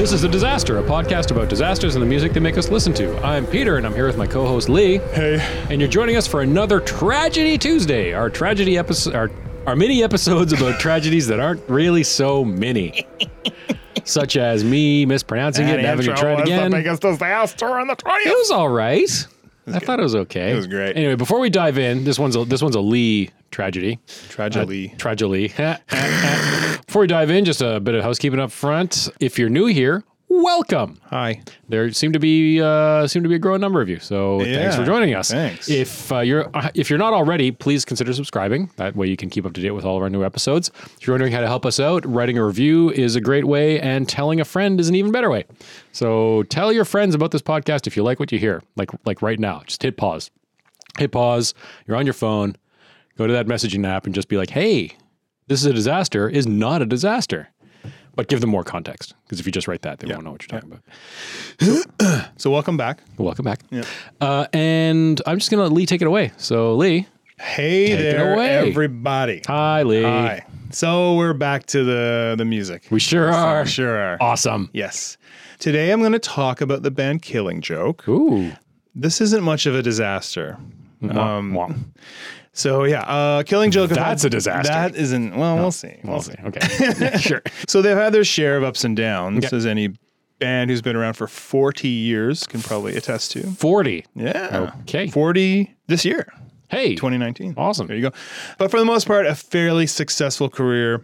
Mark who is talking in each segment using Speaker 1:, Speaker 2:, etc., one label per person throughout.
Speaker 1: This is The Disaster, a podcast about disasters and the music they make us listen to. I'm Peter, and I'm here with my co host Lee.
Speaker 2: Hey.
Speaker 1: And you're joining us for another Tragedy Tuesday, our tragedy episode, our, our mini episodes about tragedies that aren't really so many, such as me mispronouncing it and having to try it again. It
Speaker 2: biggest disaster on the 20th.
Speaker 1: was all right. I thought it was okay. It
Speaker 2: was great.
Speaker 1: Anyway, before we dive in, this one's a, this one's a Lee tragedy.
Speaker 2: Tragedy.
Speaker 1: Tragedy. Before we dive in, just a bit of housekeeping up front. If you're new here, welcome.
Speaker 2: Hi.
Speaker 1: There seem to be uh, seem to be a growing number of you, so thanks
Speaker 2: Yeah,
Speaker 1: for joining us.
Speaker 2: thanks.
Speaker 1: If uh, you're uh, if you're not already, please consider subscribing. That way, you can keep up to date with all of our new episodes. If you're wondering how to help us out, writing a review is a great way, and telling a friend is an even better way. So tell your friends about this podcast if you like what you hear. Like like right now, just hit pause, hit pause. You're on your phone. Go to that messaging app and just be like, "Hey, this is a disaster." Is not a disaster. But give them more context because if you just write that, they won't know what you're talking about.
Speaker 2: So welcome back.
Speaker 1: Welcome back. Uh, and I'm just going to let Lee take it away. So, Lee.
Speaker 2: Hey
Speaker 1: it
Speaker 2: there,
Speaker 1: away.
Speaker 2: everybody.
Speaker 1: Hi, Lee.
Speaker 2: Hi. So we're back to the the music.
Speaker 1: We sure are.
Speaker 2: sure are.
Speaker 1: Awesome.
Speaker 2: Yes. Today I'm going to talk about the band Killing Joke.
Speaker 1: Ooh.
Speaker 2: This isn't much of a disaster. Um,
Speaker 1: Mwah.
Speaker 2: so yeah, uh, Killing Joke. if I-
Speaker 1: That's a disaster.
Speaker 2: That isn't. Well, we'll see. We'll see.
Speaker 1: Okay. sure.
Speaker 2: So they've had their share of ups and downs,
Speaker 1: Okay.
Speaker 2: as any band who's been around for 40 years can probably attest to.
Speaker 1: 40.
Speaker 2: Yeah.
Speaker 1: Okay.
Speaker 2: 40 this year,
Speaker 1: Hey.
Speaker 2: 2019.
Speaker 1: Awesome.
Speaker 2: There you go. But for the most part, a fairly successful career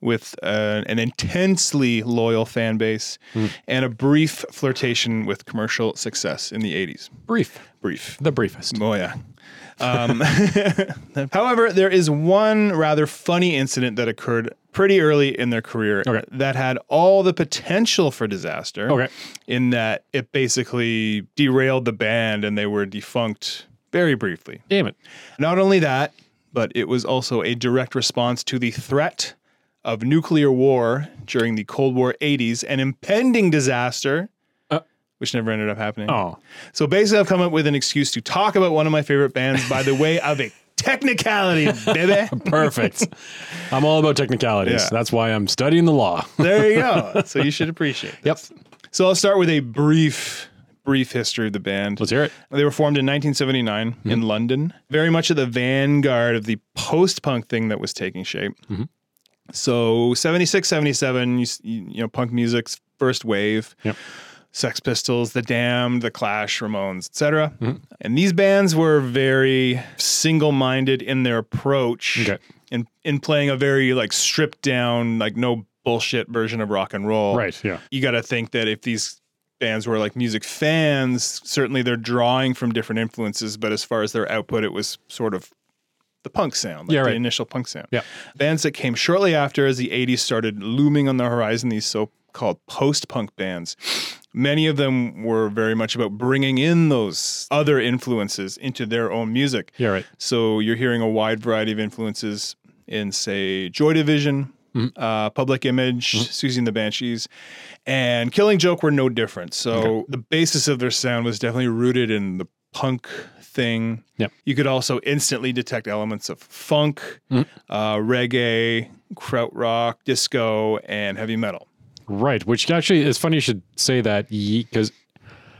Speaker 2: with uh, an intensely loyal fan base and a brief flirtation with commercial success in the 80s.
Speaker 1: Brief.
Speaker 2: Brief.
Speaker 1: The briefest.
Speaker 2: Oh yeah. Um, however, there is one rather funny incident that occurred pretty early in their career
Speaker 1: Okay.
Speaker 2: that had all the potential for disaster.
Speaker 1: Okay.
Speaker 2: In that it basically derailed the band and they were defunct very briefly.
Speaker 1: Damn it.
Speaker 2: Not only that, but it was also a direct response to the threat of nuclear war during the Cold War 80s, an impending disaster,
Speaker 1: Uh.
Speaker 2: which never ended up happening.
Speaker 1: Oh.
Speaker 2: So basically, I've come up with an excuse to talk about one of my favorite bands by the way of a technicality, baby.
Speaker 1: Perfect. I'm all about technicalities.
Speaker 2: Yeah.
Speaker 1: That's why I'm studying the law.
Speaker 2: There you go. So you should appreciate it.
Speaker 1: Yep.
Speaker 2: So I'll start with a brief, brief history of the band.
Speaker 1: Let's hear it.
Speaker 2: They were formed in 1979
Speaker 1: Mm-hmm.
Speaker 2: in London, very much at the vanguard of the post punk thing that was taking shape.
Speaker 1: Mm-hmm.
Speaker 2: So 76, 77, you, s- you you know, punk music's first wave.
Speaker 1: Yep.
Speaker 2: Sex Pistols, The Damned, The Clash, Ramones, etc.
Speaker 1: Mm-hmm.
Speaker 2: And these bands were very single-minded in their approach
Speaker 1: Okay.
Speaker 2: in in playing a very like stripped down, like no bullshit version of rock and roll
Speaker 1: Right. Yeah.
Speaker 2: you got to think that if these bands were like music fans, certainly they're drawing from different influences, but as far as their output, it was sort of the punk sound, like
Speaker 1: Yeah,
Speaker 2: the
Speaker 1: right.
Speaker 2: initial punk sound.
Speaker 1: Yeah.
Speaker 2: Bands that came shortly after as the 80s started looming on the horizon, these so called post punk bands. Many of them were very much about bringing in those other influences into their own music.
Speaker 1: Yeah. Right.
Speaker 2: So you're hearing a wide variety of influences in, say, Joy Division, uh, Public Image, Susie and the Banshees, and Killing Joke were no different. So the basis of their sound was definitely rooted in the punk thing.
Speaker 1: Yep.
Speaker 2: You could also instantly detect elements of funk, uh, reggae, krautrock, disco, and heavy metal.
Speaker 1: Right, which actually it's funny you should say that because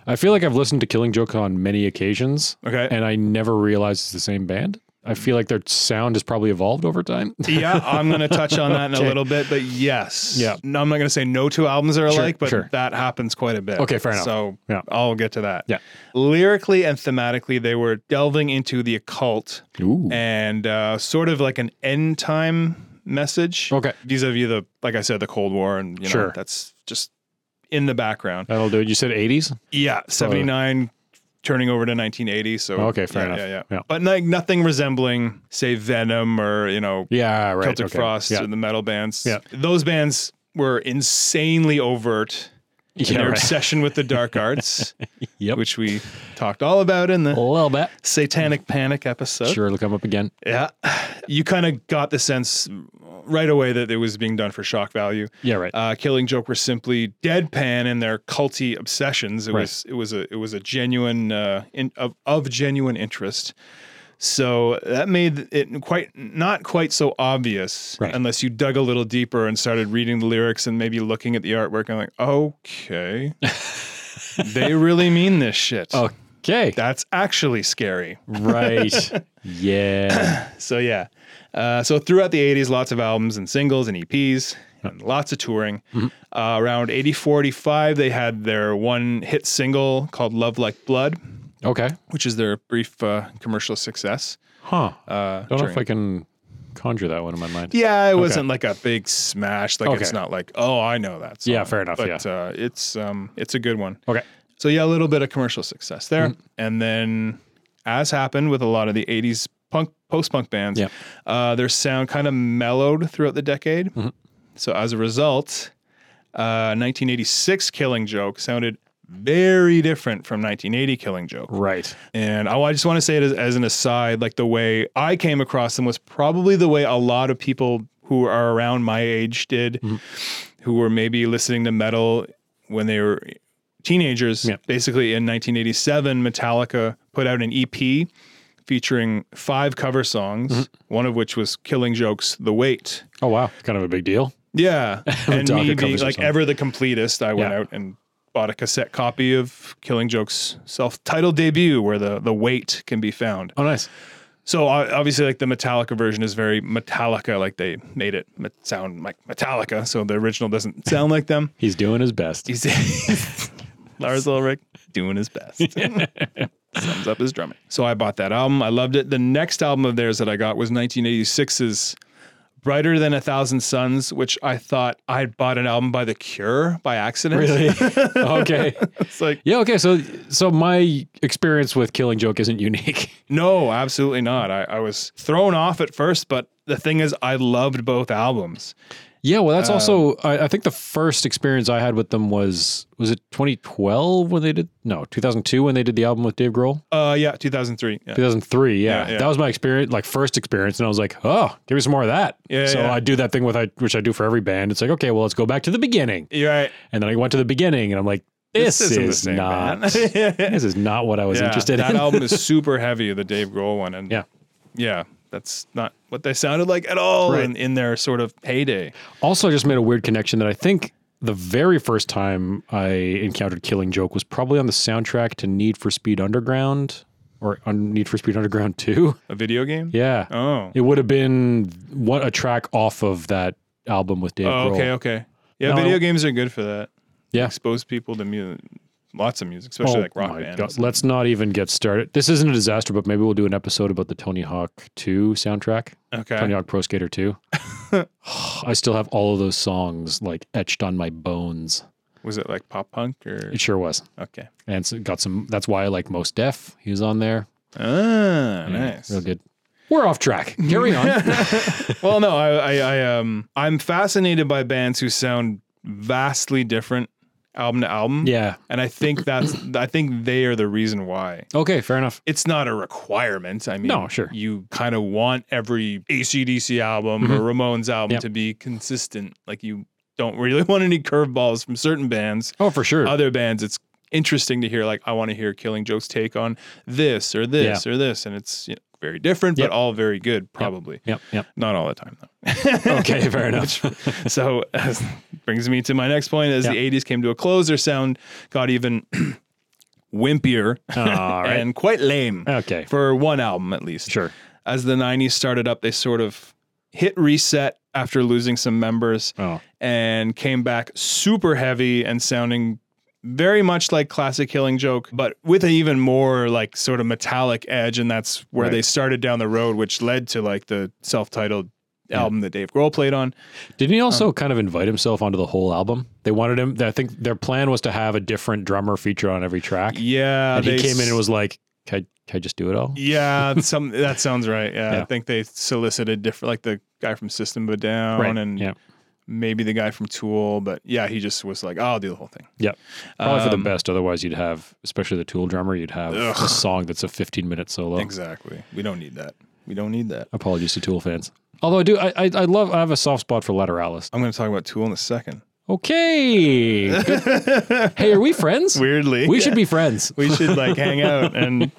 Speaker 1: I feel like I've listened to Killing Joke on many occasions.
Speaker 2: Okay.
Speaker 1: and I never realized it's the same band. I feel like their sound has probably evolved over time.
Speaker 2: yeah, I'm going to touch on that in a little bit, but yes.
Speaker 1: Yeah.
Speaker 2: No, I'm not going to say no two albums are alike, but
Speaker 1: sure.
Speaker 2: that happens quite a bit.
Speaker 1: Okay, fair enough.
Speaker 2: So
Speaker 1: Yeah.
Speaker 2: I'll get to that.
Speaker 1: Yeah.
Speaker 2: Lyrically and thematically, they were delving into the occult
Speaker 1: Ooh,
Speaker 2: and uh, sort of like an end time message.
Speaker 1: Okay.
Speaker 2: Vis a vis the, like I said, the Cold War, and you know,
Speaker 1: Sure.
Speaker 2: that's just in the background.
Speaker 1: that'll do it. You said eighties.
Speaker 2: Yeah. 79, turning over to 1980. So,
Speaker 1: Okay, fair
Speaker 2: yeah,
Speaker 1: enough.
Speaker 2: Yeah, yeah.
Speaker 1: Yeah.
Speaker 2: But like nothing resembling, say, Venom or, you know,
Speaker 1: Yeah, right.
Speaker 2: Celtic
Speaker 1: okay.
Speaker 2: Frost
Speaker 1: Yeah,
Speaker 2: and the metal bands.
Speaker 1: Yeah.
Speaker 2: Those bands were insanely overt in
Speaker 1: yeah
Speaker 2: their
Speaker 1: right.
Speaker 2: obsession with the dark arts,
Speaker 1: Yep.
Speaker 2: which we talked all about in the
Speaker 1: a little bit.
Speaker 2: Satanic Panic episode.
Speaker 1: Sure, it'll come up again.
Speaker 2: Yeah. You kind of got the sense right away that it was being done for shock value.
Speaker 1: Yeah, right.
Speaker 2: Uh, Killing Joke were simply deadpan in their culty obsessions. It was it was a it was a genuine uh, in, of of genuine interest. So that made it quite not quite so obvious
Speaker 1: Right.
Speaker 2: unless you dug a little deeper and started reading the lyrics and maybe looking at the artwork and like, okay, they really mean this shit.
Speaker 1: Okay.
Speaker 2: That's actually scary.
Speaker 1: right. Yeah.
Speaker 2: So yeah. Uh, so throughout the 80s, lots of albums and singles and EPs and lots of touring.
Speaker 1: Mm-hmm.
Speaker 2: Uh, around 84, 85, they had their one hit single called Love Like Blood,
Speaker 1: Okay.
Speaker 2: which is their brief uh, commercial success.
Speaker 1: Huh.
Speaker 2: Uh,
Speaker 1: Don't know
Speaker 2: during-
Speaker 1: if I can conjure that one in my mind.
Speaker 2: yeah, it wasn't like a big smash. Like it's
Speaker 1: Okay.
Speaker 2: not like, oh, I know that. Song.
Speaker 1: Yeah, fair enough,
Speaker 2: But uh, it's um, it's a good one.
Speaker 1: Okay.
Speaker 2: So yeah, a little bit of commercial success there, and then as happened with a lot of the '80s punk post-punk bands,
Speaker 1: Yeah.
Speaker 2: uh, their sound kind of mellowed throughout the decade. So as a result, uh, 1986 Killing Joke sounded very different from 1980 Killing Joke.
Speaker 1: Right.
Speaker 2: And I, I just want to say it as, as an aside, like the way I came across them was probably the way a lot of people who are around my age did, who were maybe listening to metal when they were teenagers.
Speaker 1: Yeah.
Speaker 2: Basically, in 1987, Metallica put out an EP featuring five cover songs, one of which was Killing Joke's The Wait.
Speaker 1: Oh wow. Kind of a big deal.
Speaker 2: Yeah. and
Speaker 1: Metallica
Speaker 2: me being
Speaker 1: covers or
Speaker 2: like
Speaker 1: something.
Speaker 2: ever the completest, I went
Speaker 1: Yeah.
Speaker 2: out and bought a cassette copy of Killing Joke's self-titled debut where the the weight can be found.
Speaker 1: Oh nice.
Speaker 2: So o- obviously like the Metallica version is very Metallica like they made it me- sound like Metallica, so the original doesn't sound like them.
Speaker 1: He's doing his best.
Speaker 2: He's Lars Ulrich doing his best. Sums up his drumming. So I bought that album. I loved it. The next album of theirs that I got was 1986's Brighter Than a Thousand Suns, which I thought I had bought an album by The Cure by accident.
Speaker 1: really? okay.
Speaker 2: it's like,
Speaker 1: Yeah. Okay. So so my experience with Killing Joke isn't unique.
Speaker 2: no, absolutely not. I, I was thrown off at first, but the thing is, I loved both albums.
Speaker 1: Yeah, well, that's also.
Speaker 2: Um,
Speaker 1: I, I think the first experience I had with them was was it 2012 when they did no 2002 when they did the album with Dave Grohl.
Speaker 2: Uh, yeah, 2003. Yeah.
Speaker 1: 2003, yeah.
Speaker 2: Yeah, yeah.
Speaker 1: that was my experience, like first experience, and I was like, oh, give me some more of that.
Speaker 2: Yeah,
Speaker 1: So
Speaker 2: yeah.
Speaker 1: I do that thing with I, which I do for every band. It's like, okay, well, let's go back to the beginning,
Speaker 2: You're right.
Speaker 1: and then I went to the beginning, and I'm like, this,
Speaker 2: isn't the
Speaker 1: is
Speaker 2: same
Speaker 1: not.
Speaker 2: band.
Speaker 1: this is not what I was interested
Speaker 2: that
Speaker 1: in.
Speaker 2: album is super heavy, the Dave Grohl one, and
Speaker 1: Yeah.
Speaker 2: yeah, that's not what they sounded like at all
Speaker 1: Right.
Speaker 2: in, in their sort of heyday.
Speaker 1: Also, I just made a weird connection that I think the very first time I encountered Killing Joke was probably on the soundtrack to Need for Speed Underground or on Need for Speed Underground 2.
Speaker 2: A video game?
Speaker 1: Yeah.
Speaker 2: Oh.
Speaker 1: It would have been what a track off of that album with Dave
Speaker 2: Oh,
Speaker 1: Grohl.
Speaker 2: okay, okay. Yeah,
Speaker 1: No, I
Speaker 2: video
Speaker 1: don't-
Speaker 2: games are good for that.
Speaker 1: Yeah.
Speaker 2: Expose people to music, lots of music, especially like rock
Speaker 1: Oh my
Speaker 2: bands.
Speaker 1: God. Let's not even get started. This isn't a disaster, but maybe we'll do an episode about the Tony Hawk 2 soundtrack.
Speaker 2: Okay.
Speaker 1: Tony Hawk Pro Skater 2. I still have all of those songs like etched on my bones.
Speaker 2: Was it like pop punk or?
Speaker 1: It sure was.
Speaker 2: Okay.
Speaker 1: and so got some. That's why I like most deaf. He was on there.
Speaker 2: Ah, nice.
Speaker 1: Real good. We're off track. Carry on.
Speaker 2: well, no, I, I, I, um, I'm fascinated by bands who sound vastly different album to album.
Speaker 1: yeah.
Speaker 2: And I think that's, I think they are the reason why.
Speaker 1: Okay. Fair enough.
Speaker 2: it's not a requirement. I mean,
Speaker 1: No, sure.
Speaker 2: You kind of want every ACDC album or Ramones album
Speaker 1: Mm-hmm. Yep.
Speaker 2: to be consistent. Like, you don't really want any curveballs from certain bands.
Speaker 1: Oh, for sure.
Speaker 2: Other bands, it's interesting to hear, like, I want to hear Killing Joke's take on this or this or this. And it's you know, very different,
Speaker 1: Yep.
Speaker 2: but all very good, probably.
Speaker 1: Yep. Yep.
Speaker 2: Not all the time, though
Speaker 1: Okay. Fair enough.
Speaker 2: so as, brings me to my next point as
Speaker 1: Yeah.
Speaker 2: the 80s came to a close their sound got even wimpier
Speaker 1: All right.
Speaker 2: and quite lame
Speaker 1: Okay.
Speaker 2: for one album at least
Speaker 1: Sure.
Speaker 2: as the 90s started up they sort of hit reset after losing some members
Speaker 1: Oh.
Speaker 2: and came back super heavy and sounding very much like classic killing joke but with an even more like sort of metallic edge and that's where
Speaker 1: Right.
Speaker 2: they started down the road which led to like the self-titled album that Dave Grohl played on
Speaker 1: Didn't
Speaker 2: Um,
Speaker 1: he also kind of invite himself onto the whole album? They wanted him. I think their plan was to have a different drummer feature on every track.
Speaker 2: Yeah,
Speaker 1: and he
Speaker 2: they
Speaker 1: came in
Speaker 2: s-
Speaker 1: and was like, "Can I, can I just do it all?"
Speaker 2: Yeah, some that sounds right. Yeah, I
Speaker 1: Yeah.
Speaker 2: think they solicited different, like the guy from System of a Down,
Speaker 1: Right.
Speaker 2: and
Speaker 1: yeah.
Speaker 2: maybe the guy from Tool. But yeah, he just was like, "I'll do the whole thing."
Speaker 1: Yeah. Probably for the
Speaker 2: Um,
Speaker 1: best. Otherwise, you'd have, especially the Tool drummer, you'd have a
Speaker 2: Ugh.
Speaker 1: song that's a 15 minute solo.
Speaker 2: Exactly. We don't need that. We don't need that.
Speaker 1: Apologies to Tool fans. Although I do, I, I, I love, I have a soft spot for Lateralis.
Speaker 2: I'm going to talk about Tool in a second.
Speaker 1: Okay. Good. hey, are we friends?
Speaker 2: Weirdly,
Speaker 1: We should be friends.
Speaker 2: we should like hang out and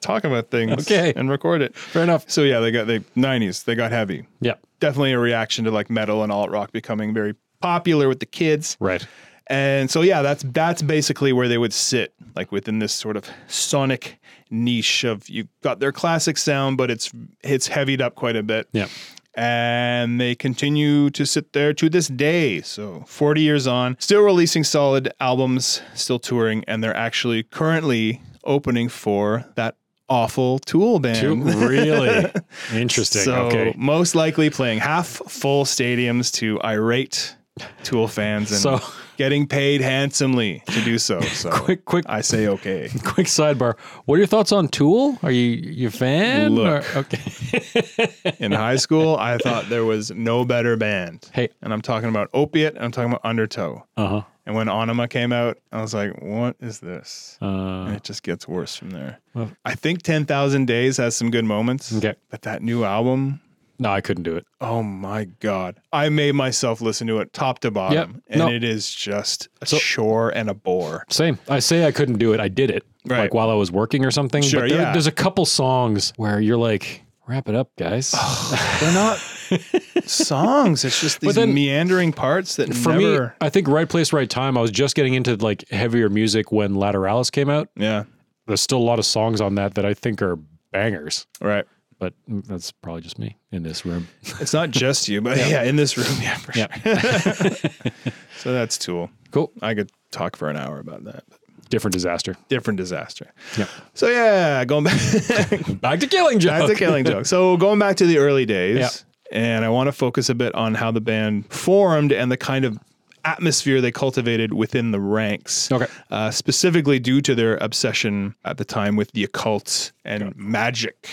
Speaker 2: talk about things.
Speaker 1: Okay.
Speaker 2: and record it.
Speaker 1: Fair enough.
Speaker 2: So yeah, they got the '90s. They got heavy.
Speaker 1: Yeah.
Speaker 2: Definitely a reaction to like metal and alt rock becoming very popular with the kids.
Speaker 1: Right.
Speaker 2: And so yeah, that's that's basically where they would sit, like within this sort of sonic niche of you've got their classic sound, but it's it's heavied up quite a bit.
Speaker 1: Yeah.
Speaker 2: And they continue to sit there to this day. So 40 years on, still releasing solid albums, still touring, and they're actually currently opening for that awful Tool band.
Speaker 1: Dude, really interesting.
Speaker 2: So
Speaker 1: okay.
Speaker 2: most likely playing half full stadiums to irate Tool fans and
Speaker 1: So-
Speaker 2: getting paid handsomely to do so. So
Speaker 1: Quick, quick,
Speaker 2: I say okay.
Speaker 1: quick sidebar. What are your thoughts on Tool? Are you you a fan?
Speaker 2: Look.
Speaker 1: Or, okay.
Speaker 2: In high school, I thought there was no better band.
Speaker 1: Hey.
Speaker 2: And I'm talking about Opiate and I'm talking about Undertow.
Speaker 1: Uh-huh.
Speaker 2: And when Anima came out, I was like, what is this?
Speaker 1: Uh
Speaker 2: And it just gets worse from there.
Speaker 1: Well-
Speaker 2: I think 10,000 Days has some good moments.
Speaker 1: Okay.
Speaker 2: But that new album,
Speaker 1: No, I couldn't do it.
Speaker 2: Oh my god. I made myself listen to it top to bottom
Speaker 1: Yep.
Speaker 2: and
Speaker 1: No.
Speaker 2: it is just a chore and a bore.
Speaker 1: Same. I say I couldn't do it. I did it.
Speaker 2: Right.
Speaker 1: Like while I was working or something.
Speaker 2: Sure,
Speaker 1: but there-
Speaker 2: yeah.
Speaker 1: there's a couple songs where you're like, wrap it up, guys.
Speaker 2: They're not songs. It's just these
Speaker 1: then-
Speaker 2: meandering parts that
Speaker 1: For
Speaker 2: never
Speaker 1: me, I think right place, right time. I was just getting into like heavier music when Lateralis came out.
Speaker 2: Yeah.
Speaker 1: There's still a lot of songs on that that I think are bangers,
Speaker 2: Right.
Speaker 1: but that's probably just me in this room.
Speaker 2: It's not just you, but yeah, in this room, yeah, for
Speaker 1: Yeah.
Speaker 2: sure. so that's Tool.
Speaker 1: Cool.
Speaker 2: I could talk for an hour about that. but
Speaker 1: Different disaster.
Speaker 2: Different disaster.
Speaker 1: Yeah.
Speaker 2: So yeah, going back
Speaker 1: Back to killing joke.
Speaker 2: That's a killing joke. So going back to the early days,
Speaker 1: Yeah.
Speaker 2: and I want to focus a bit on how the band formed and the kind of atmosphere they cultivated within the ranks.
Speaker 1: Okay.
Speaker 2: Uh, specifically due to their obsession at the time with the occult and magic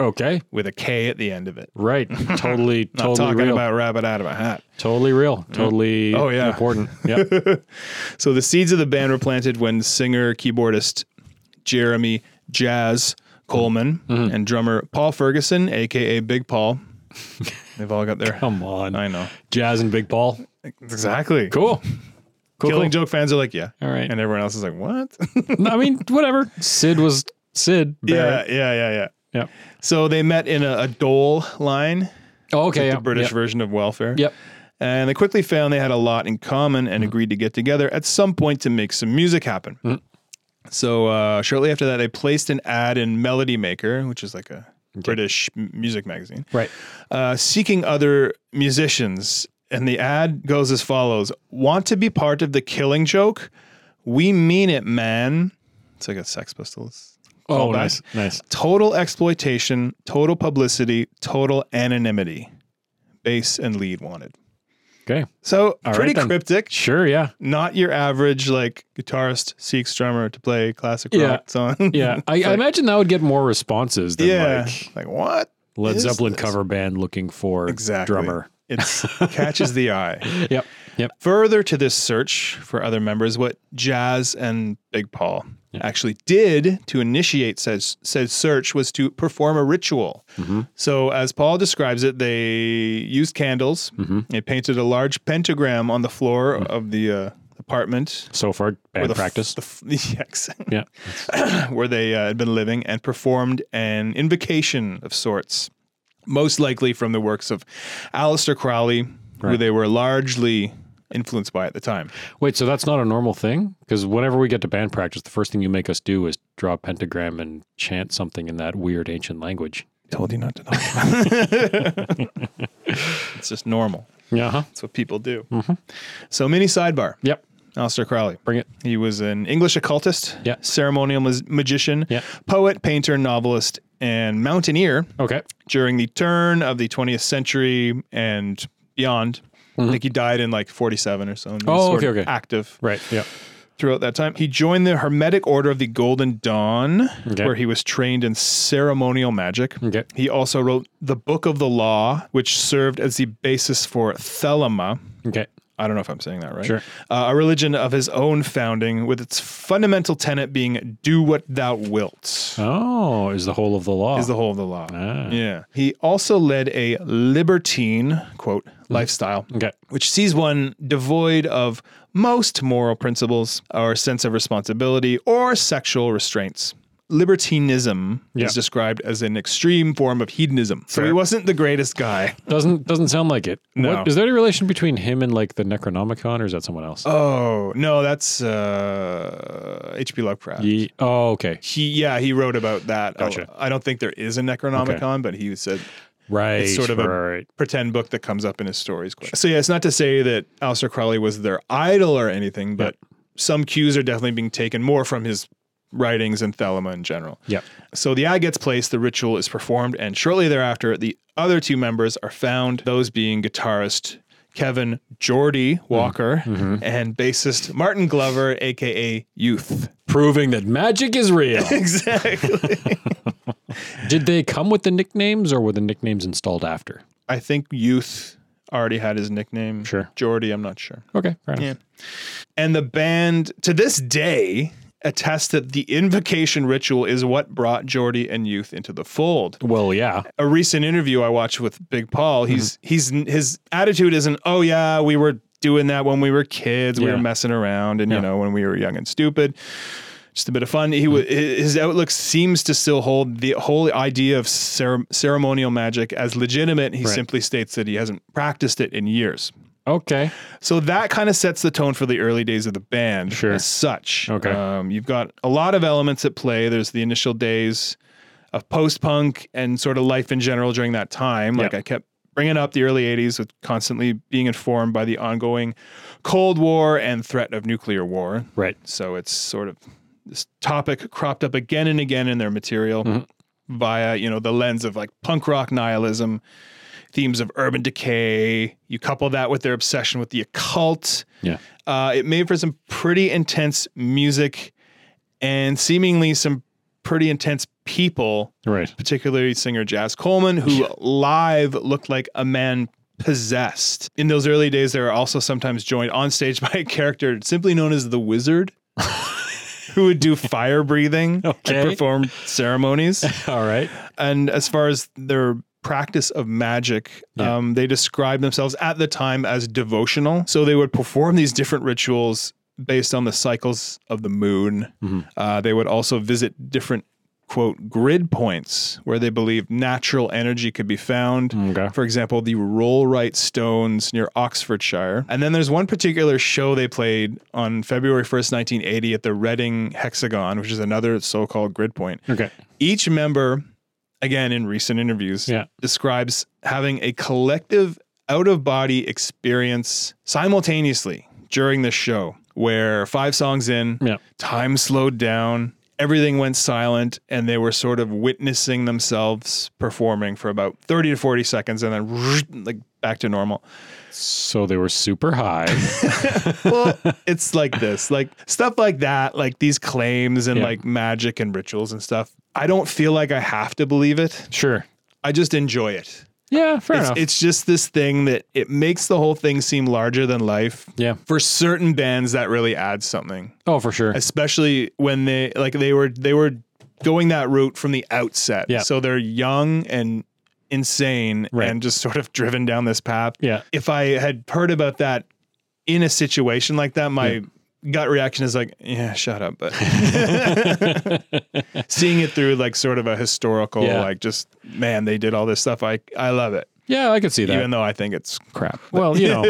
Speaker 1: Okay.
Speaker 2: with a K at the end of it.
Speaker 1: Right. Totally.
Speaker 2: Not
Speaker 1: totally
Speaker 2: talking
Speaker 1: real.
Speaker 2: about rabbit out of a hat.
Speaker 1: totally real. Totally.
Speaker 2: Oh, yeah.
Speaker 1: Important. Yeah.
Speaker 2: So the seeds of the band were planted when singer keyboardist Jeremy Jazz Coleman
Speaker 1: Mm-hmm.
Speaker 2: and drummer Paul Ferguson, aka Big Paul. They've all got their
Speaker 1: Come on.
Speaker 2: I know.
Speaker 1: Jazz and Big Paul.
Speaker 2: Exactly.
Speaker 1: Cool. Cool.
Speaker 2: Killing
Speaker 1: cool.
Speaker 2: Joke fans are like, yeah.
Speaker 1: All right.
Speaker 2: And everyone else is like, what?
Speaker 1: I mean, whatever. Sid was Sid.
Speaker 2: yeah, yeah,
Speaker 1: Barrett.
Speaker 2: yeah, yeah.
Speaker 1: Yeah.
Speaker 2: So they met in a, a dole line,
Speaker 1: Oh, okay. yeah.
Speaker 2: the British
Speaker 1: Yep.
Speaker 2: version of welfare.
Speaker 1: yep.
Speaker 2: And they quickly found they had a lot in common
Speaker 1: Mm-hmm.
Speaker 2: and agreed to get together at some point to make some music happen. So uh, shortly after that, they placed an ad in Melody Maker, which is like a British m- music magazine,
Speaker 1: Right.
Speaker 2: uh, seeking other musicians. And the ad goes as follows Want to be part of the killing joke? We mean it, man. It's like a Sex Pistols.
Speaker 1: Oh,
Speaker 2: Callback.
Speaker 1: nice. Nice.
Speaker 2: Total exploitation, total publicity, total anonymity. Bass and lead wanted.
Speaker 1: Okay.
Speaker 2: So
Speaker 1: right,
Speaker 2: pretty
Speaker 1: then.
Speaker 2: cryptic.
Speaker 1: Sure. Yeah.
Speaker 2: Not your average like guitarist seeks drummer to play classic
Speaker 1: Yeah.
Speaker 2: rock song.
Speaker 1: Yeah. I, I imagine that would get more responses than
Speaker 2: yeah.
Speaker 1: like
Speaker 2: Like, what?
Speaker 1: Led
Speaker 2: is
Speaker 1: Zeppelin
Speaker 2: this?
Speaker 1: cover band looking for
Speaker 2: Exactly.
Speaker 1: drummer.
Speaker 2: It catches the eye.
Speaker 1: Yep. Yep.
Speaker 2: Further to this search for other members, what Jazz and Big Paul actually did to initiate said, said search was to perform a ritual. So, as Paul describes it, they used candles. They painted a large pentagram on the floor of the uh, apartment
Speaker 1: So far,
Speaker 2: where
Speaker 1: band
Speaker 2: the f-
Speaker 1: practice.
Speaker 2: the f- yes,
Speaker 1: yeah.
Speaker 2: where they uh, had been living and performed an invocation of sorts, most likely from the works of Aleister Crowley, who
Speaker 1: Right.
Speaker 2: they were largely influenced by at the time.
Speaker 1: Wait, so that's not a normal thing? Because whenever we get to band practice, the first thing you make us do is draw a pentagram and chant something in that weird ancient language.
Speaker 2: Told you not to talk about It's just normal.
Speaker 1: Yeah. huh
Speaker 2: It's what people do. So, mini sidebar.
Speaker 1: Yep.
Speaker 2: Aleister Crowley.
Speaker 1: Bring it.
Speaker 2: He was an English occultist,
Speaker 1: Yeah.
Speaker 2: ceremonial mas- magician,
Speaker 1: Yeah.
Speaker 2: poet, painter, novelist, and mountaineer.
Speaker 1: Okay.
Speaker 2: during the turn of the 20th century and beyond. I think he died in like 47 or so. and he was
Speaker 1: Mm-hmm. Oh,
Speaker 2: sort
Speaker 1: okay,
Speaker 2: of
Speaker 1: okay.
Speaker 2: Active
Speaker 1: Right. Yep.
Speaker 2: throughout that time. He joined the Hermetic Order of the Golden Dawn,
Speaker 1: Okay. Hmm.
Speaker 2: where he was trained in ceremonial magic.
Speaker 1: Okay.
Speaker 2: He also wrote the Book of the Law, which served as the basis for Thelema,
Speaker 1: Okay.
Speaker 2: I don't know if I'm saying that right.
Speaker 1: Sure.
Speaker 2: Uh, a religion of his own founding, with its fundamental tenet being "Do what thou wilt."
Speaker 1: Oh, is the whole of the law.
Speaker 2: Is the whole of the law.
Speaker 1: Ah.
Speaker 2: Yeah. He also led a libertine quote
Speaker 1: Mm-hmm.
Speaker 2: lifestyle,
Speaker 1: okay.
Speaker 2: which sees one devoid of most moral principles or sense of responsibility or sexual restraints. Libertinism
Speaker 1: Yeah.
Speaker 2: is described as an extreme form of hedonism. So he
Speaker 1: Fair.
Speaker 2: wasn't the greatest guy.
Speaker 1: Doesn't doesn't sound like it.
Speaker 2: No.
Speaker 1: What, is there any relation between him and like the Necronomicon, or is that someone else?
Speaker 2: Oh no, that's uh, H.P. Lovecraft.
Speaker 1: Ye- oh, okay.
Speaker 2: He yeah he wrote about that. Oh,
Speaker 1: Gotcha.
Speaker 2: I don't think there is a Necronomicon, but he said
Speaker 1: Right.
Speaker 2: sort of a-
Speaker 1: right.
Speaker 2: pretend book that comes up in his stories. Quite. So yeah, it's not to say that Aleister Crowley was their idol or anything, but some cues are definitely being taken more from his writings and Thelema in general.
Speaker 1: Yep.
Speaker 2: So the eye gets placed, the ritual is performed, and shortly thereafter, the other two members are found, those being guitarist Kevin Jordy Walker and bassist Martin Glover, aka Youth.
Speaker 1: Proving that magic is real.
Speaker 2: Exactly.
Speaker 1: Did they come with the nicknames, or were the nicknames installed after?
Speaker 2: I think Youth already had his nickname.
Speaker 1: Sure.
Speaker 2: Jordy, I'm not sure.
Speaker 1: Okay. Fair enough.
Speaker 2: Yeah. And the band to this day attests that the invocation ritual is what brought Geordie and youth into the fold.
Speaker 1: Well, yeah.
Speaker 2: A recent interview I watched with Big Paul, he's he's his attitude isn't, "Oh yeah, we were doing that when we were kids, we
Speaker 1: Yeah.
Speaker 2: were messing around and you know, when we were young and stupid." Just a bit of fun. He wa- his outlook seems to still hold the whole idea of cere- ceremonial magic as legitimate. He simply states that he hasn't practiced it in years.
Speaker 1: Okay.
Speaker 2: So that kind of sets the tone for the early days of the band
Speaker 1: Sure.
Speaker 2: as such.
Speaker 1: Okay.
Speaker 2: Um, you've got a lot of elements at play. There's the initial days of post punk and sort of life in general during that time. Like
Speaker 1: Yep.
Speaker 2: I kept bringing up the early 80s with constantly being informed by the ongoing Cold War and threat of nuclear war.
Speaker 1: Right.
Speaker 2: So it's sort of this topic cropped up again and again in their material via, you know, the lens of like punk rock nihilism, themes of urban decay. You couple that with their obsession with the occult.
Speaker 1: Yeah.
Speaker 2: Uh, it made for some pretty intense music and seemingly some pretty intense people,
Speaker 1: Right.
Speaker 2: particularly singer Jazz Coleman, who live looked like a man possessed. In those early days, they were also sometimes joined on stage by a character simply known as the Wizard. Who would do fire breathing
Speaker 1: Okay.
Speaker 2: and perform ceremonies?
Speaker 1: All right.
Speaker 2: And as far as their practice of magic,
Speaker 1: Yeah.
Speaker 2: um, they described themselves at the time as devotional. So they would perform these different rituals based on the cycles of the moon.
Speaker 1: Mhm.
Speaker 2: Uh, they would also visit different, quote, grid points where they believed natural energy could be found.
Speaker 1: Okay.
Speaker 2: For example, the Rollright Stones near Oxfordshire. And then there's one particular show they played on February 1st, 1980 at the Reading Hexagon, which is another so called grid point
Speaker 1: Okay.
Speaker 2: each member again in recent interviews
Speaker 1: Yeah.
Speaker 2: describes having a collective out of body experience simultaneously during the show where five songs in
Speaker 1: Yeah.
Speaker 2: time slowed down everything went silent and they were sort of witnessing themselves performing for about 30 to 40 seconds and then like back to normal
Speaker 1: So they were super high.
Speaker 2: well, it's like this, like stuff like that, like these claims and
Speaker 1: Yeah.
Speaker 2: like magic and rituals and stuff. I don't feel like I have to believe it.
Speaker 1: sure.
Speaker 2: I just enjoy it.
Speaker 1: Yeah. Fair
Speaker 2: It's,
Speaker 1: enough.
Speaker 2: it's just this thing that it makes the whole thing seem larger than life.
Speaker 1: yeah.
Speaker 2: For certain bands, that really adds something,
Speaker 1: Oh, for sure.
Speaker 2: especially when they like they were they were going that route from the outset.
Speaker 1: Yeah.
Speaker 2: So they're young and insane
Speaker 1: Right.
Speaker 2: and just sort of driven down this path
Speaker 1: Yeah.
Speaker 2: if I had heard about that in a situation like that, my gut reaction is like, yeah, shut up. But seeing it through like sort of a historical,
Speaker 1: Yeah.
Speaker 2: like just man, they did all this stuff. I I love it,
Speaker 1: Yeah. I could see that.
Speaker 2: even though I think it's crap.
Speaker 1: well, you know,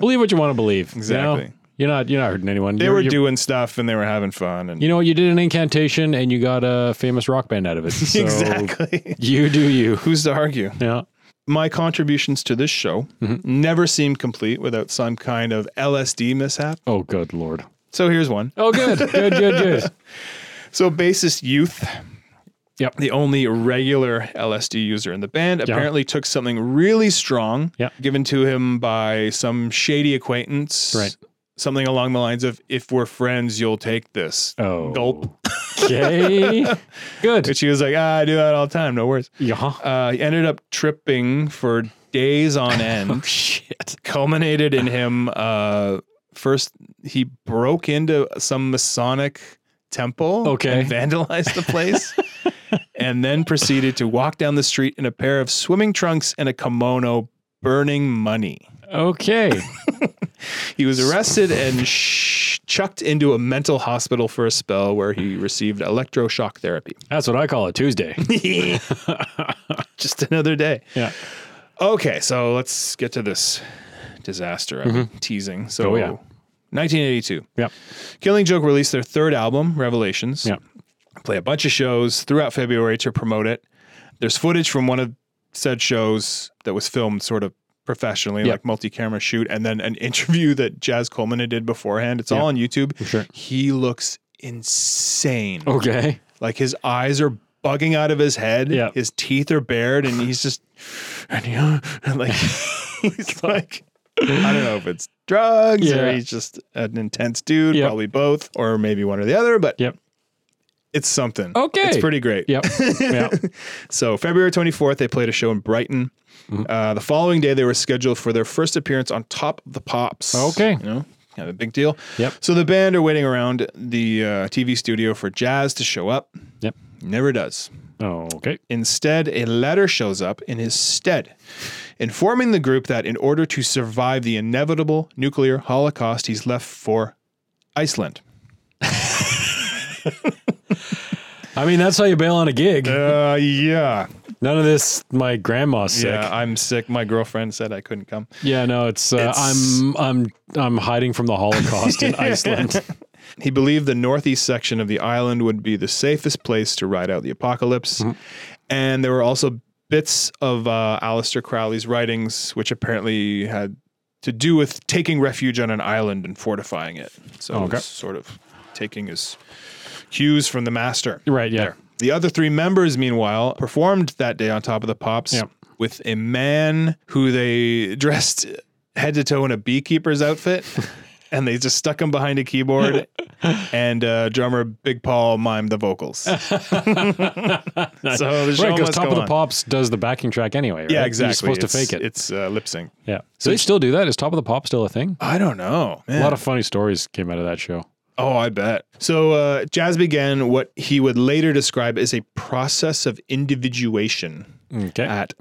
Speaker 1: believe what you want to believe. you know?
Speaker 2: Exactly.
Speaker 1: You're not. You're not hurting anyone.
Speaker 2: They
Speaker 1: You're-
Speaker 2: were
Speaker 1: you're-
Speaker 2: doing stuff and they were having fun and
Speaker 1: You know, what? you did an incantation and you got a famous rock band out of it. So
Speaker 2: exactly.
Speaker 1: You do you.
Speaker 2: Who's to argue?
Speaker 1: Yeah.
Speaker 2: My contributions to this show
Speaker 1: Mm-hmm.
Speaker 2: never seem complete without some kind of LSD mishap.
Speaker 1: Oh, good lord.
Speaker 2: So here's one.
Speaker 1: Oh, good. Good. Good. Good.
Speaker 2: So bassist Youth,
Speaker 1: Yep.
Speaker 2: the only regular LSD user in the band, apparently took something really strong
Speaker 1: Yeah.
Speaker 2: given to him by some shady acquaintance.
Speaker 1: Right.
Speaker 2: Something along the lines of, if we're friends, you'll take this.
Speaker 1: Oh.
Speaker 2: Gulp.
Speaker 1: Okay. good.
Speaker 2: Which he was like, ah, I do that all the time, no worries.
Speaker 1: Yeah.
Speaker 2: Uh, he ended up tripping for days on end,
Speaker 1: Oh, Shit.
Speaker 2: culminated in him. Uh, first, he broke into some Masonic temple
Speaker 1: Okay.
Speaker 2: and vandalized the place, and then proceeded to walk down the street in a pair of swimming trunks and a kimono, burning money.
Speaker 1: Okay.
Speaker 2: He was arrested and sh- chucked into a mental hospital for a spell where he received electroshock therapy.
Speaker 1: That's what I call a Tuesday.
Speaker 2: Just another day.
Speaker 1: Yeah.
Speaker 2: Okay, so let's get to this disaster I'm teasing. So,
Speaker 1: Oh, yeah.
Speaker 2: 1982.
Speaker 1: Yep.
Speaker 2: Killing Joke released their third album, Revelations.
Speaker 1: Yeah.
Speaker 2: Play a bunch of shows throughout February to promote it. There's footage from one of said shows that was filmed sort of professionally,
Speaker 1: Yeah.
Speaker 2: like multi-camera shoot, and then an interview that Jazz Coleman had did beforehand. It's
Speaker 1: Yeah.
Speaker 2: all on YouTube.
Speaker 1: sure.
Speaker 2: He looks insane.
Speaker 1: Okay.
Speaker 2: Like his eyes are bugging out of his head.
Speaker 1: Yeah.
Speaker 2: His teeth are bared, and he's just and he, and like he's like I don't know if it's drugs or
Speaker 1: Yeah.
Speaker 2: he's just an intense dude,
Speaker 1: Yep.
Speaker 2: probably both, or maybe one or the other, but
Speaker 1: Yep.
Speaker 2: it's something.
Speaker 1: Okay.
Speaker 2: It's pretty great.
Speaker 1: Yep. Yeah.
Speaker 2: So February 24th, they played a show in Brighton. Uh, the following day, they were scheduled for their first appearance on Top of the Pops.
Speaker 1: Okay.
Speaker 2: You know, kind of a big deal.
Speaker 1: Yep.
Speaker 2: So the band are waiting around the uh, TV studio for Jazz to show up.
Speaker 1: Yep.
Speaker 2: Never does. Oh,
Speaker 1: Okay.
Speaker 2: Instead, a letter shows up in his stead, informing the group that in order to survive the inevitable nuclear holocaust, he's left for Iceland.
Speaker 1: I mean, that's how you bail on a gig.
Speaker 2: Uh, yeah.
Speaker 1: None of this. My grandma's sick.
Speaker 2: Yeah, I'm sick. My girlfriend said I couldn't come.
Speaker 1: Yeah, no, it's, uh,
Speaker 2: It's-
Speaker 1: I'm I'm I'm hiding from the Holocaust in Iceland.
Speaker 2: He believed the northeast section of the island would be the safest place to ride out the apocalypse. And there were also bits of uh, Aleister Crowley's writings, which apparently had to do with taking refuge on an island and fortifying it. So
Speaker 1: Okay.
Speaker 2: it's sort of taking his cues from the master.
Speaker 1: Right, yeah.
Speaker 2: The other three members, meanwhile, performed that day on Top of the Pops
Speaker 1: Yeah.
Speaker 2: with a man who they dressed head to toe in a beekeeper's outfit. And they just stuck him behind a keyboard, and uh, drummer Big Paul mimed the vocals. so the show
Speaker 1: Right, because
Speaker 2: must
Speaker 1: Top
Speaker 2: go
Speaker 1: of the
Speaker 2: on.
Speaker 1: Pops does the backing track anyway, right?
Speaker 2: Yeah, exactly.
Speaker 1: You're supposed to
Speaker 2: It's-
Speaker 1: fake it.
Speaker 2: It's uh, lip sync.
Speaker 1: yeah. So they still do that? Is Top of the Pop still a thing?
Speaker 2: I don't know.
Speaker 1: A
Speaker 2: man.
Speaker 1: lot of funny stories came out of that show.
Speaker 2: Oh, I bet. So uh, Jazz began what he would later describe as a process of individuation
Speaker 1: Okay.
Speaker 2: at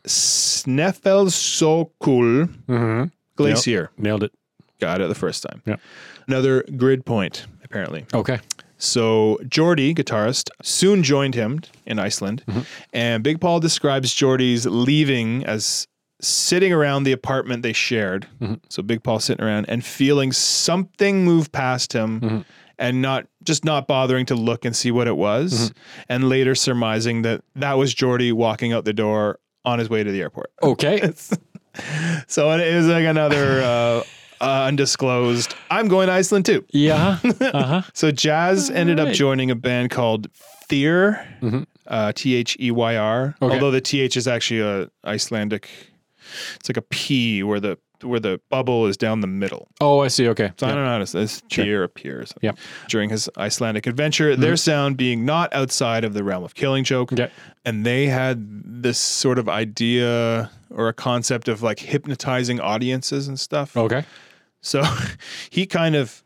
Speaker 2: Snæfellsjökull
Speaker 1: Mm-hmm.
Speaker 2: Glacier.
Speaker 1: Nailed it.
Speaker 2: Got it the first time.
Speaker 1: Yep.
Speaker 2: Another grid point, apparently.
Speaker 1: Okay.
Speaker 2: So Jordy, guitarist, soon joined him in Iceland.
Speaker 1: Mm-hmm.
Speaker 2: And Big Paul describes Jordy's leaving as sitting around the apartment they shared.
Speaker 1: Mm-hmm.
Speaker 2: So Big Paul sitting around and feeling something move past him.
Speaker 1: Mm-hmm.
Speaker 2: And not just not bothering to look and see what it was,
Speaker 1: Mm-hmm.
Speaker 2: and later surmising that that was Jordy walking out the door on his way to the airport.
Speaker 1: Okay.
Speaker 2: So it is like another uh, uh, undisclosed. I'm going to Iceland too.
Speaker 1: yeah. Uh-huh.
Speaker 2: So Jazz ended up
Speaker 1: right. Mm-hmm.
Speaker 2: joining a band called Thyr, uh, T H E Y R.
Speaker 1: Okay.
Speaker 2: Although the T H is actually a Icelandic. It's like a P where the where the bubble is down the middle.
Speaker 1: Oh, I see. Okay.
Speaker 2: So I don't know how to say this. Tyr appears
Speaker 1: Yep.
Speaker 2: during his Icelandic adventure,
Speaker 1: Mm-hmm.
Speaker 2: their sound being not outside of the realm of Killing Joke.
Speaker 1: Okay.
Speaker 2: And they had this sort of idea or a concept of like hypnotizing audiences and stuff.
Speaker 1: Okay.
Speaker 2: So he kind of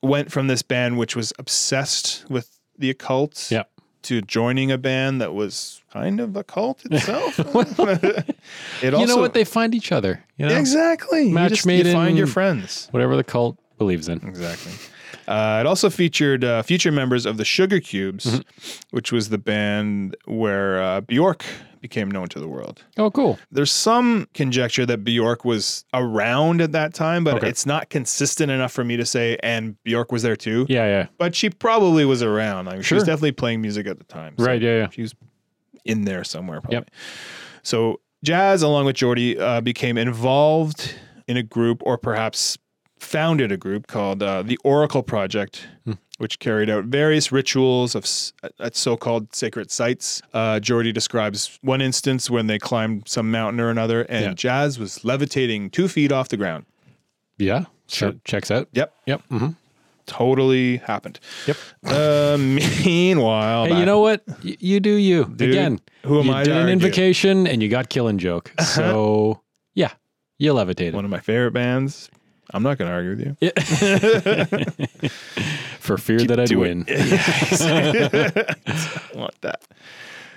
Speaker 2: went from this band, which was obsessed with the occult,
Speaker 1: Yeah.
Speaker 2: to joining a band that was kind of a cult itself. it
Speaker 1: you know what? They find each other. You know?
Speaker 2: exactly
Speaker 1: Match
Speaker 2: you just,
Speaker 1: made
Speaker 2: you find
Speaker 1: in-
Speaker 2: your friends.
Speaker 1: Whatever the cult believes in.
Speaker 2: Exactly. Uh, it also featured uh, future members of the Sugar Cubes,
Speaker 1: Mm-hmm.
Speaker 2: which was the band where uh, Bjork became known to the world.
Speaker 1: Oh, cool.
Speaker 2: There's some conjecture that Bjork was around at that time, but
Speaker 1: Okay.
Speaker 2: it's not consistent enough for me to say, and Bjork was there too.
Speaker 1: Yeah, yeah.
Speaker 2: But she probably was around. I mean, she was
Speaker 1: Sure.
Speaker 2: definitely playing music at the time. so
Speaker 1: Right, yeah, yeah.
Speaker 2: She was in there somewhere, probably.
Speaker 1: Yep.
Speaker 2: So Jazz, along with Jordy, uh, became involved in a group or perhaps founded a group called uh, the Oracle Project,
Speaker 1: Hmm.
Speaker 2: which carried out various rituals of s- at so-called sacred sites. Uh, Jordy describes one instance when they climbed some mountain or another, and
Speaker 1: Yeah.
Speaker 2: Jazz was levitating two feet off the ground.
Speaker 1: Yeah. Sure. checks out.
Speaker 2: Yep,
Speaker 1: Yep. hmm
Speaker 2: totally happened.
Speaker 1: Yep.
Speaker 2: Uh, meanwhile,
Speaker 1: Hey,
Speaker 2: back
Speaker 1: you know what? Y- you do you. Again,
Speaker 2: who am
Speaker 1: you
Speaker 2: I to
Speaker 1: did an
Speaker 2: argue?
Speaker 1: invocation and you got killing joke. So Yeah, you levitated.
Speaker 2: One of my favorite bands. I'm not going to argue with you.
Speaker 1: Yeah. For fear that I'd
Speaker 2: do
Speaker 1: win.
Speaker 2: want that.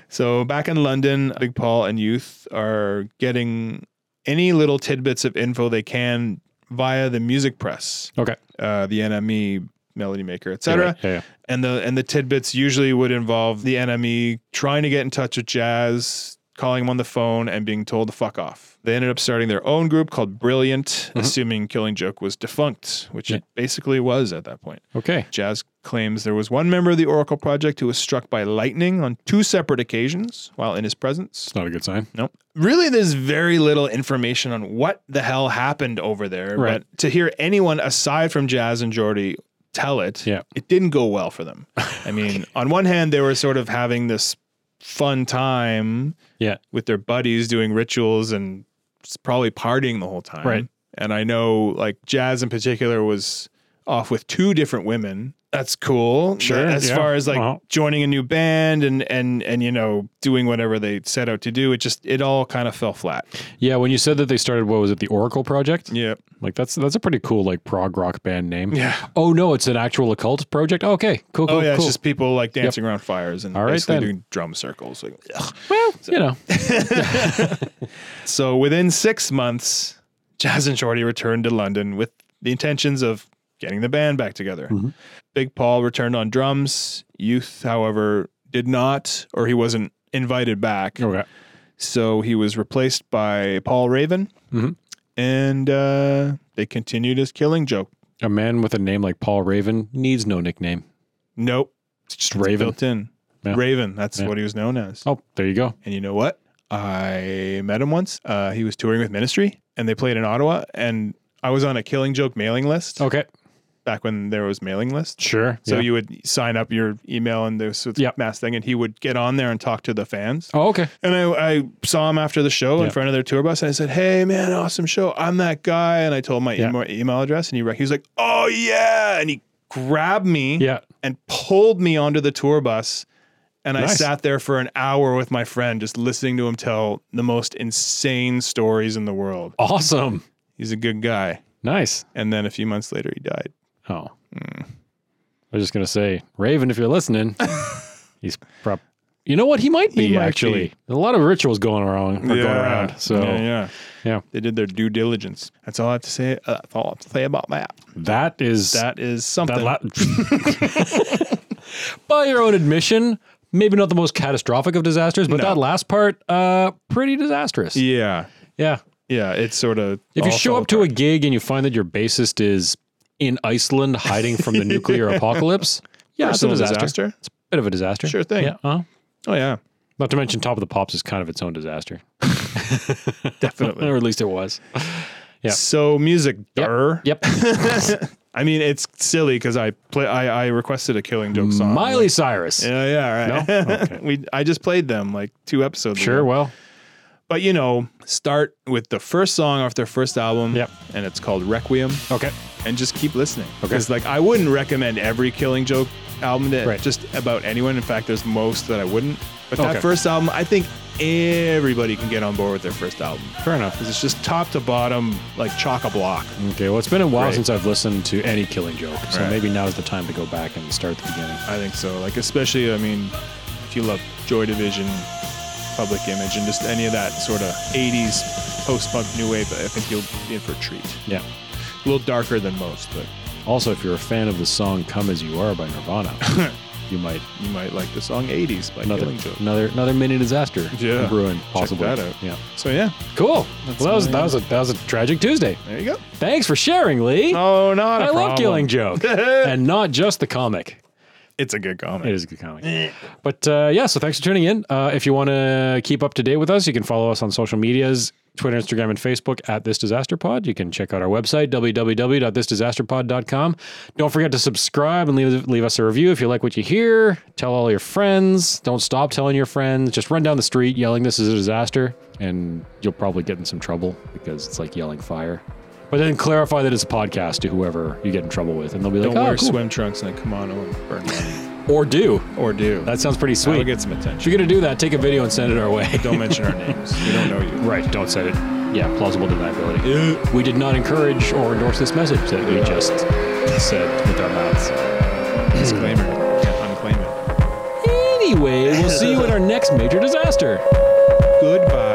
Speaker 2: So back in London, Big Paul and Youth are getting any little tidbits of info they can via the music press,
Speaker 1: Okay.
Speaker 2: uh, the NME, Melody Maker,
Speaker 1: You're
Speaker 2: etc.
Speaker 1: right. Yeah, yeah.
Speaker 2: And the and the tidbits usually would involve the NME trying to get in touch with Jazz, calling him on the phone, and being told to fuck off. They ended up starting their own group called Brilliant, assuming Killing Joke was defunct, which
Speaker 1: Mm-hmm. Yeah.
Speaker 2: it basically was at that point.
Speaker 1: Okay.
Speaker 2: Jazz claims there was one member of the Oracle Project who was struck by lightning on two separate occasions while in his presence.
Speaker 1: It's not a good sign.
Speaker 2: Nope. Really, there's very little information on what the hell happened over there.
Speaker 1: Right.
Speaker 2: But to hear anyone aside from Jazz and Jordy tell it,
Speaker 1: Yeah.
Speaker 2: it didn't go well for them. I mean, on one hand, they were sort of having this fun time
Speaker 1: Yeah.
Speaker 2: with their buddies doing rituals and s- probably partying the whole time.
Speaker 1: Right.
Speaker 2: And I know like Jazz in particular was off with two different women. That's cool.
Speaker 1: Sure,
Speaker 2: As
Speaker 1: yeah.
Speaker 2: far as like
Speaker 1: Well-
Speaker 2: joining a new band and and and you know doing whatever they set out to do, it just it all kind of fell flat.
Speaker 1: Yeah, when you said that they started what was it, the Oracle Project?
Speaker 2: Yeah.
Speaker 1: Like that's that's a pretty cool like prog rock band name.
Speaker 2: Yeah.
Speaker 1: Oh no, it's an actual occult project. okay, cool, cool,
Speaker 2: Oh yeah,
Speaker 1: cool.
Speaker 2: it's just people like dancing around fires and
Speaker 1: All right,
Speaker 2: basically
Speaker 1: then.
Speaker 2: doing drum circles. Like, ugh.
Speaker 1: well, you know,
Speaker 2: So within six months, Jazz and Shorty returned to London with the intentions of getting the band back together.
Speaker 1: Mhm.
Speaker 2: Big Paul returned on drums. Youth, however, did not, or he wasn't invited back.
Speaker 1: okay,
Speaker 2: So he was replaced by Paul Raven,
Speaker 1: Mhm.
Speaker 2: and uh, they continued his killing joke.
Speaker 1: a man with a name like Paul Raven needs no nickname.
Speaker 2: Nope,
Speaker 1: It's just Raven.
Speaker 2: built in.
Speaker 1: Yeah.
Speaker 2: Raven, that's
Speaker 1: Yeah.
Speaker 2: what he was known as.
Speaker 1: Oh, there you go.
Speaker 2: And you know what? I met him once. Uh, he was touring with Ministry, and they played in Ottawa. And I was on a Killing Joke mailing list
Speaker 1: Okay,
Speaker 2: back when there was mailing list.
Speaker 1: sure.
Speaker 2: So
Speaker 1: Oh. yeah.
Speaker 2: you would sign up your email and this sort of
Speaker 1: Yep.
Speaker 2: mass thing, and he would get on there and talk to the fans.
Speaker 1: Oh, okay.
Speaker 2: And I, I saw him after the show in
Speaker 1: Yep.
Speaker 2: front of their tour bus, and I said, "Hey, man, awesome show! I'm that guy." And I told my
Speaker 1: Yeah.
Speaker 2: email, email address, and he rec- he was like, "Oh yeah!" And he grabbed me
Speaker 1: Yeah.
Speaker 2: and pulled me onto the tour bus. And I
Speaker 1: Nice.
Speaker 2: sat there for an hour with my friend, just listening to him tell the most insane stories in the world.
Speaker 1: Awesome.
Speaker 2: He's a good guy.
Speaker 1: Nice.
Speaker 2: And then a few months later, he died.
Speaker 1: Oh. I was just gonna say, Raven, if you're listening, he's prop. You know what? He might be
Speaker 2: He might
Speaker 1: actually.
Speaker 2: be.
Speaker 1: There's a lot of rituals going around. Going around. So
Speaker 2: yeah, yeah,
Speaker 1: yeah.
Speaker 2: they did their due diligence. That's all I have to say. Uh, that's all I have to say about that.
Speaker 1: that is
Speaker 2: That is something.
Speaker 1: That la- By your own admission, maybe not the most catastrophic of disasters, but
Speaker 2: No.
Speaker 1: that last part, uh, pretty disastrous. Yeah.
Speaker 2: yeah, yeah. It's sort of
Speaker 1: If you show up to a gig and you find that your bassist is in Iceland hiding from the nuclear apocalypse, yeah, it's a
Speaker 2: personal
Speaker 1: disaster.
Speaker 2: disaster.
Speaker 1: It's a bit of a disaster.
Speaker 2: Sure thing.
Speaker 1: Yeah. uh-huh.
Speaker 2: Oh yeah,
Speaker 1: Not to mention, Top of the Pops is kind of its own disaster,
Speaker 2: definitely.
Speaker 1: or at least it was. Yeah.
Speaker 2: So music, durr.
Speaker 1: Yep.
Speaker 2: I mean, it's silly because I play. I, I requested a Killing Joke song.
Speaker 1: Miley Cyrus.
Speaker 2: Yeah, yeah, all right.
Speaker 1: No? Okay.
Speaker 2: we I just played them like two episodes.
Speaker 1: Sure.
Speaker 2: ago.
Speaker 1: Well,
Speaker 2: but you know, start with the first song off their first album.
Speaker 1: Yep.
Speaker 2: and it's called Requiem,
Speaker 1: okay.
Speaker 2: and just keep listening because like I wouldn't recommend every Killing Joke album to
Speaker 1: Right.
Speaker 2: just about anyone. In fact, there's most that I wouldn't. But
Speaker 1: Okay.
Speaker 2: that first album, I think everybody can get on board with their first album.
Speaker 1: Fair enough.
Speaker 2: 'Cause It's just top to bottom, like chock a block.
Speaker 1: Okay, well, it's been a while
Speaker 2: Great.
Speaker 1: since I've listened to any Killing Joke, so
Speaker 2: Right.
Speaker 1: maybe now's the time to go back and start at the beginning.
Speaker 2: I think so. Like especially, I mean, if you love Joy Division, Public Image, and just any of that sort of '80s post-punk new wave, I think you'll be in for a treat.
Speaker 1: Yeah.
Speaker 2: A little darker than most, but
Speaker 1: Also, if you're a fan of the song "Come as You Are" by Nirvana, you might
Speaker 2: you might like the song '80s by
Speaker 1: another
Speaker 2: Killing Joke.
Speaker 1: another another mini disaster
Speaker 2: Yeah.
Speaker 1: brewing possibly.
Speaker 2: that out.
Speaker 1: Yeah.
Speaker 2: So yeah,
Speaker 1: Cool. well, that was
Speaker 2: my-
Speaker 1: that was a that was a tragic Tuesday.
Speaker 2: there you go.
Speaker 1: Thanks for sharing, Lee.
Speaker 2: Oh, not
Speaker 1: I love Killing Joke, and not just the comic.
Speaker 2: It's a good comment.
Speaker 1: It is a good comic. but uh, yeah, so thanks for tuning in. Uh, if you want to keep up to date with us, you can follow us on social medias Twitter, Instagram, and Facebook at This Disaster Pod. You can check out our website, www.thisdisasterpod.com. Don't forget to subscribe and leave, leave us a review if you like what you hear. Tell all your friends. Don't stop telling your friends. Just run down the street yelling, This is a disaster. And you'll probably get in some trouble because it's like yelling fire. But then clarify that it's a podcast to whoever you get in trouble with. And they'll be like,
Speaker 2: Don't
Speaker 1: oh,
Speaker 2: wear
Speaker 1: cool."
Speaker 2: swim trunks and a kimono and burn money,
Speaker 1: or do.
Speaker 2: or do.
Speaker 1: That sounds pretty
Speaker 2: We'll
Speaker 1: sweet.
Speaker 2: get some attention.
Speaker 1: If you're going to do that, take a video and send it our way.
Speaker 2: Don't mention our names. We don't know you.
Speaker 1: right, don't send it. yeah, plausible deniability. We did not encourage or endorse this message that we just said with our mouths.
Speaker 2: Disclaimer. Unclaim it.
Speaker 1: Anyway, we'll see you in our next major disaster.
Speaker 2: Goodbye.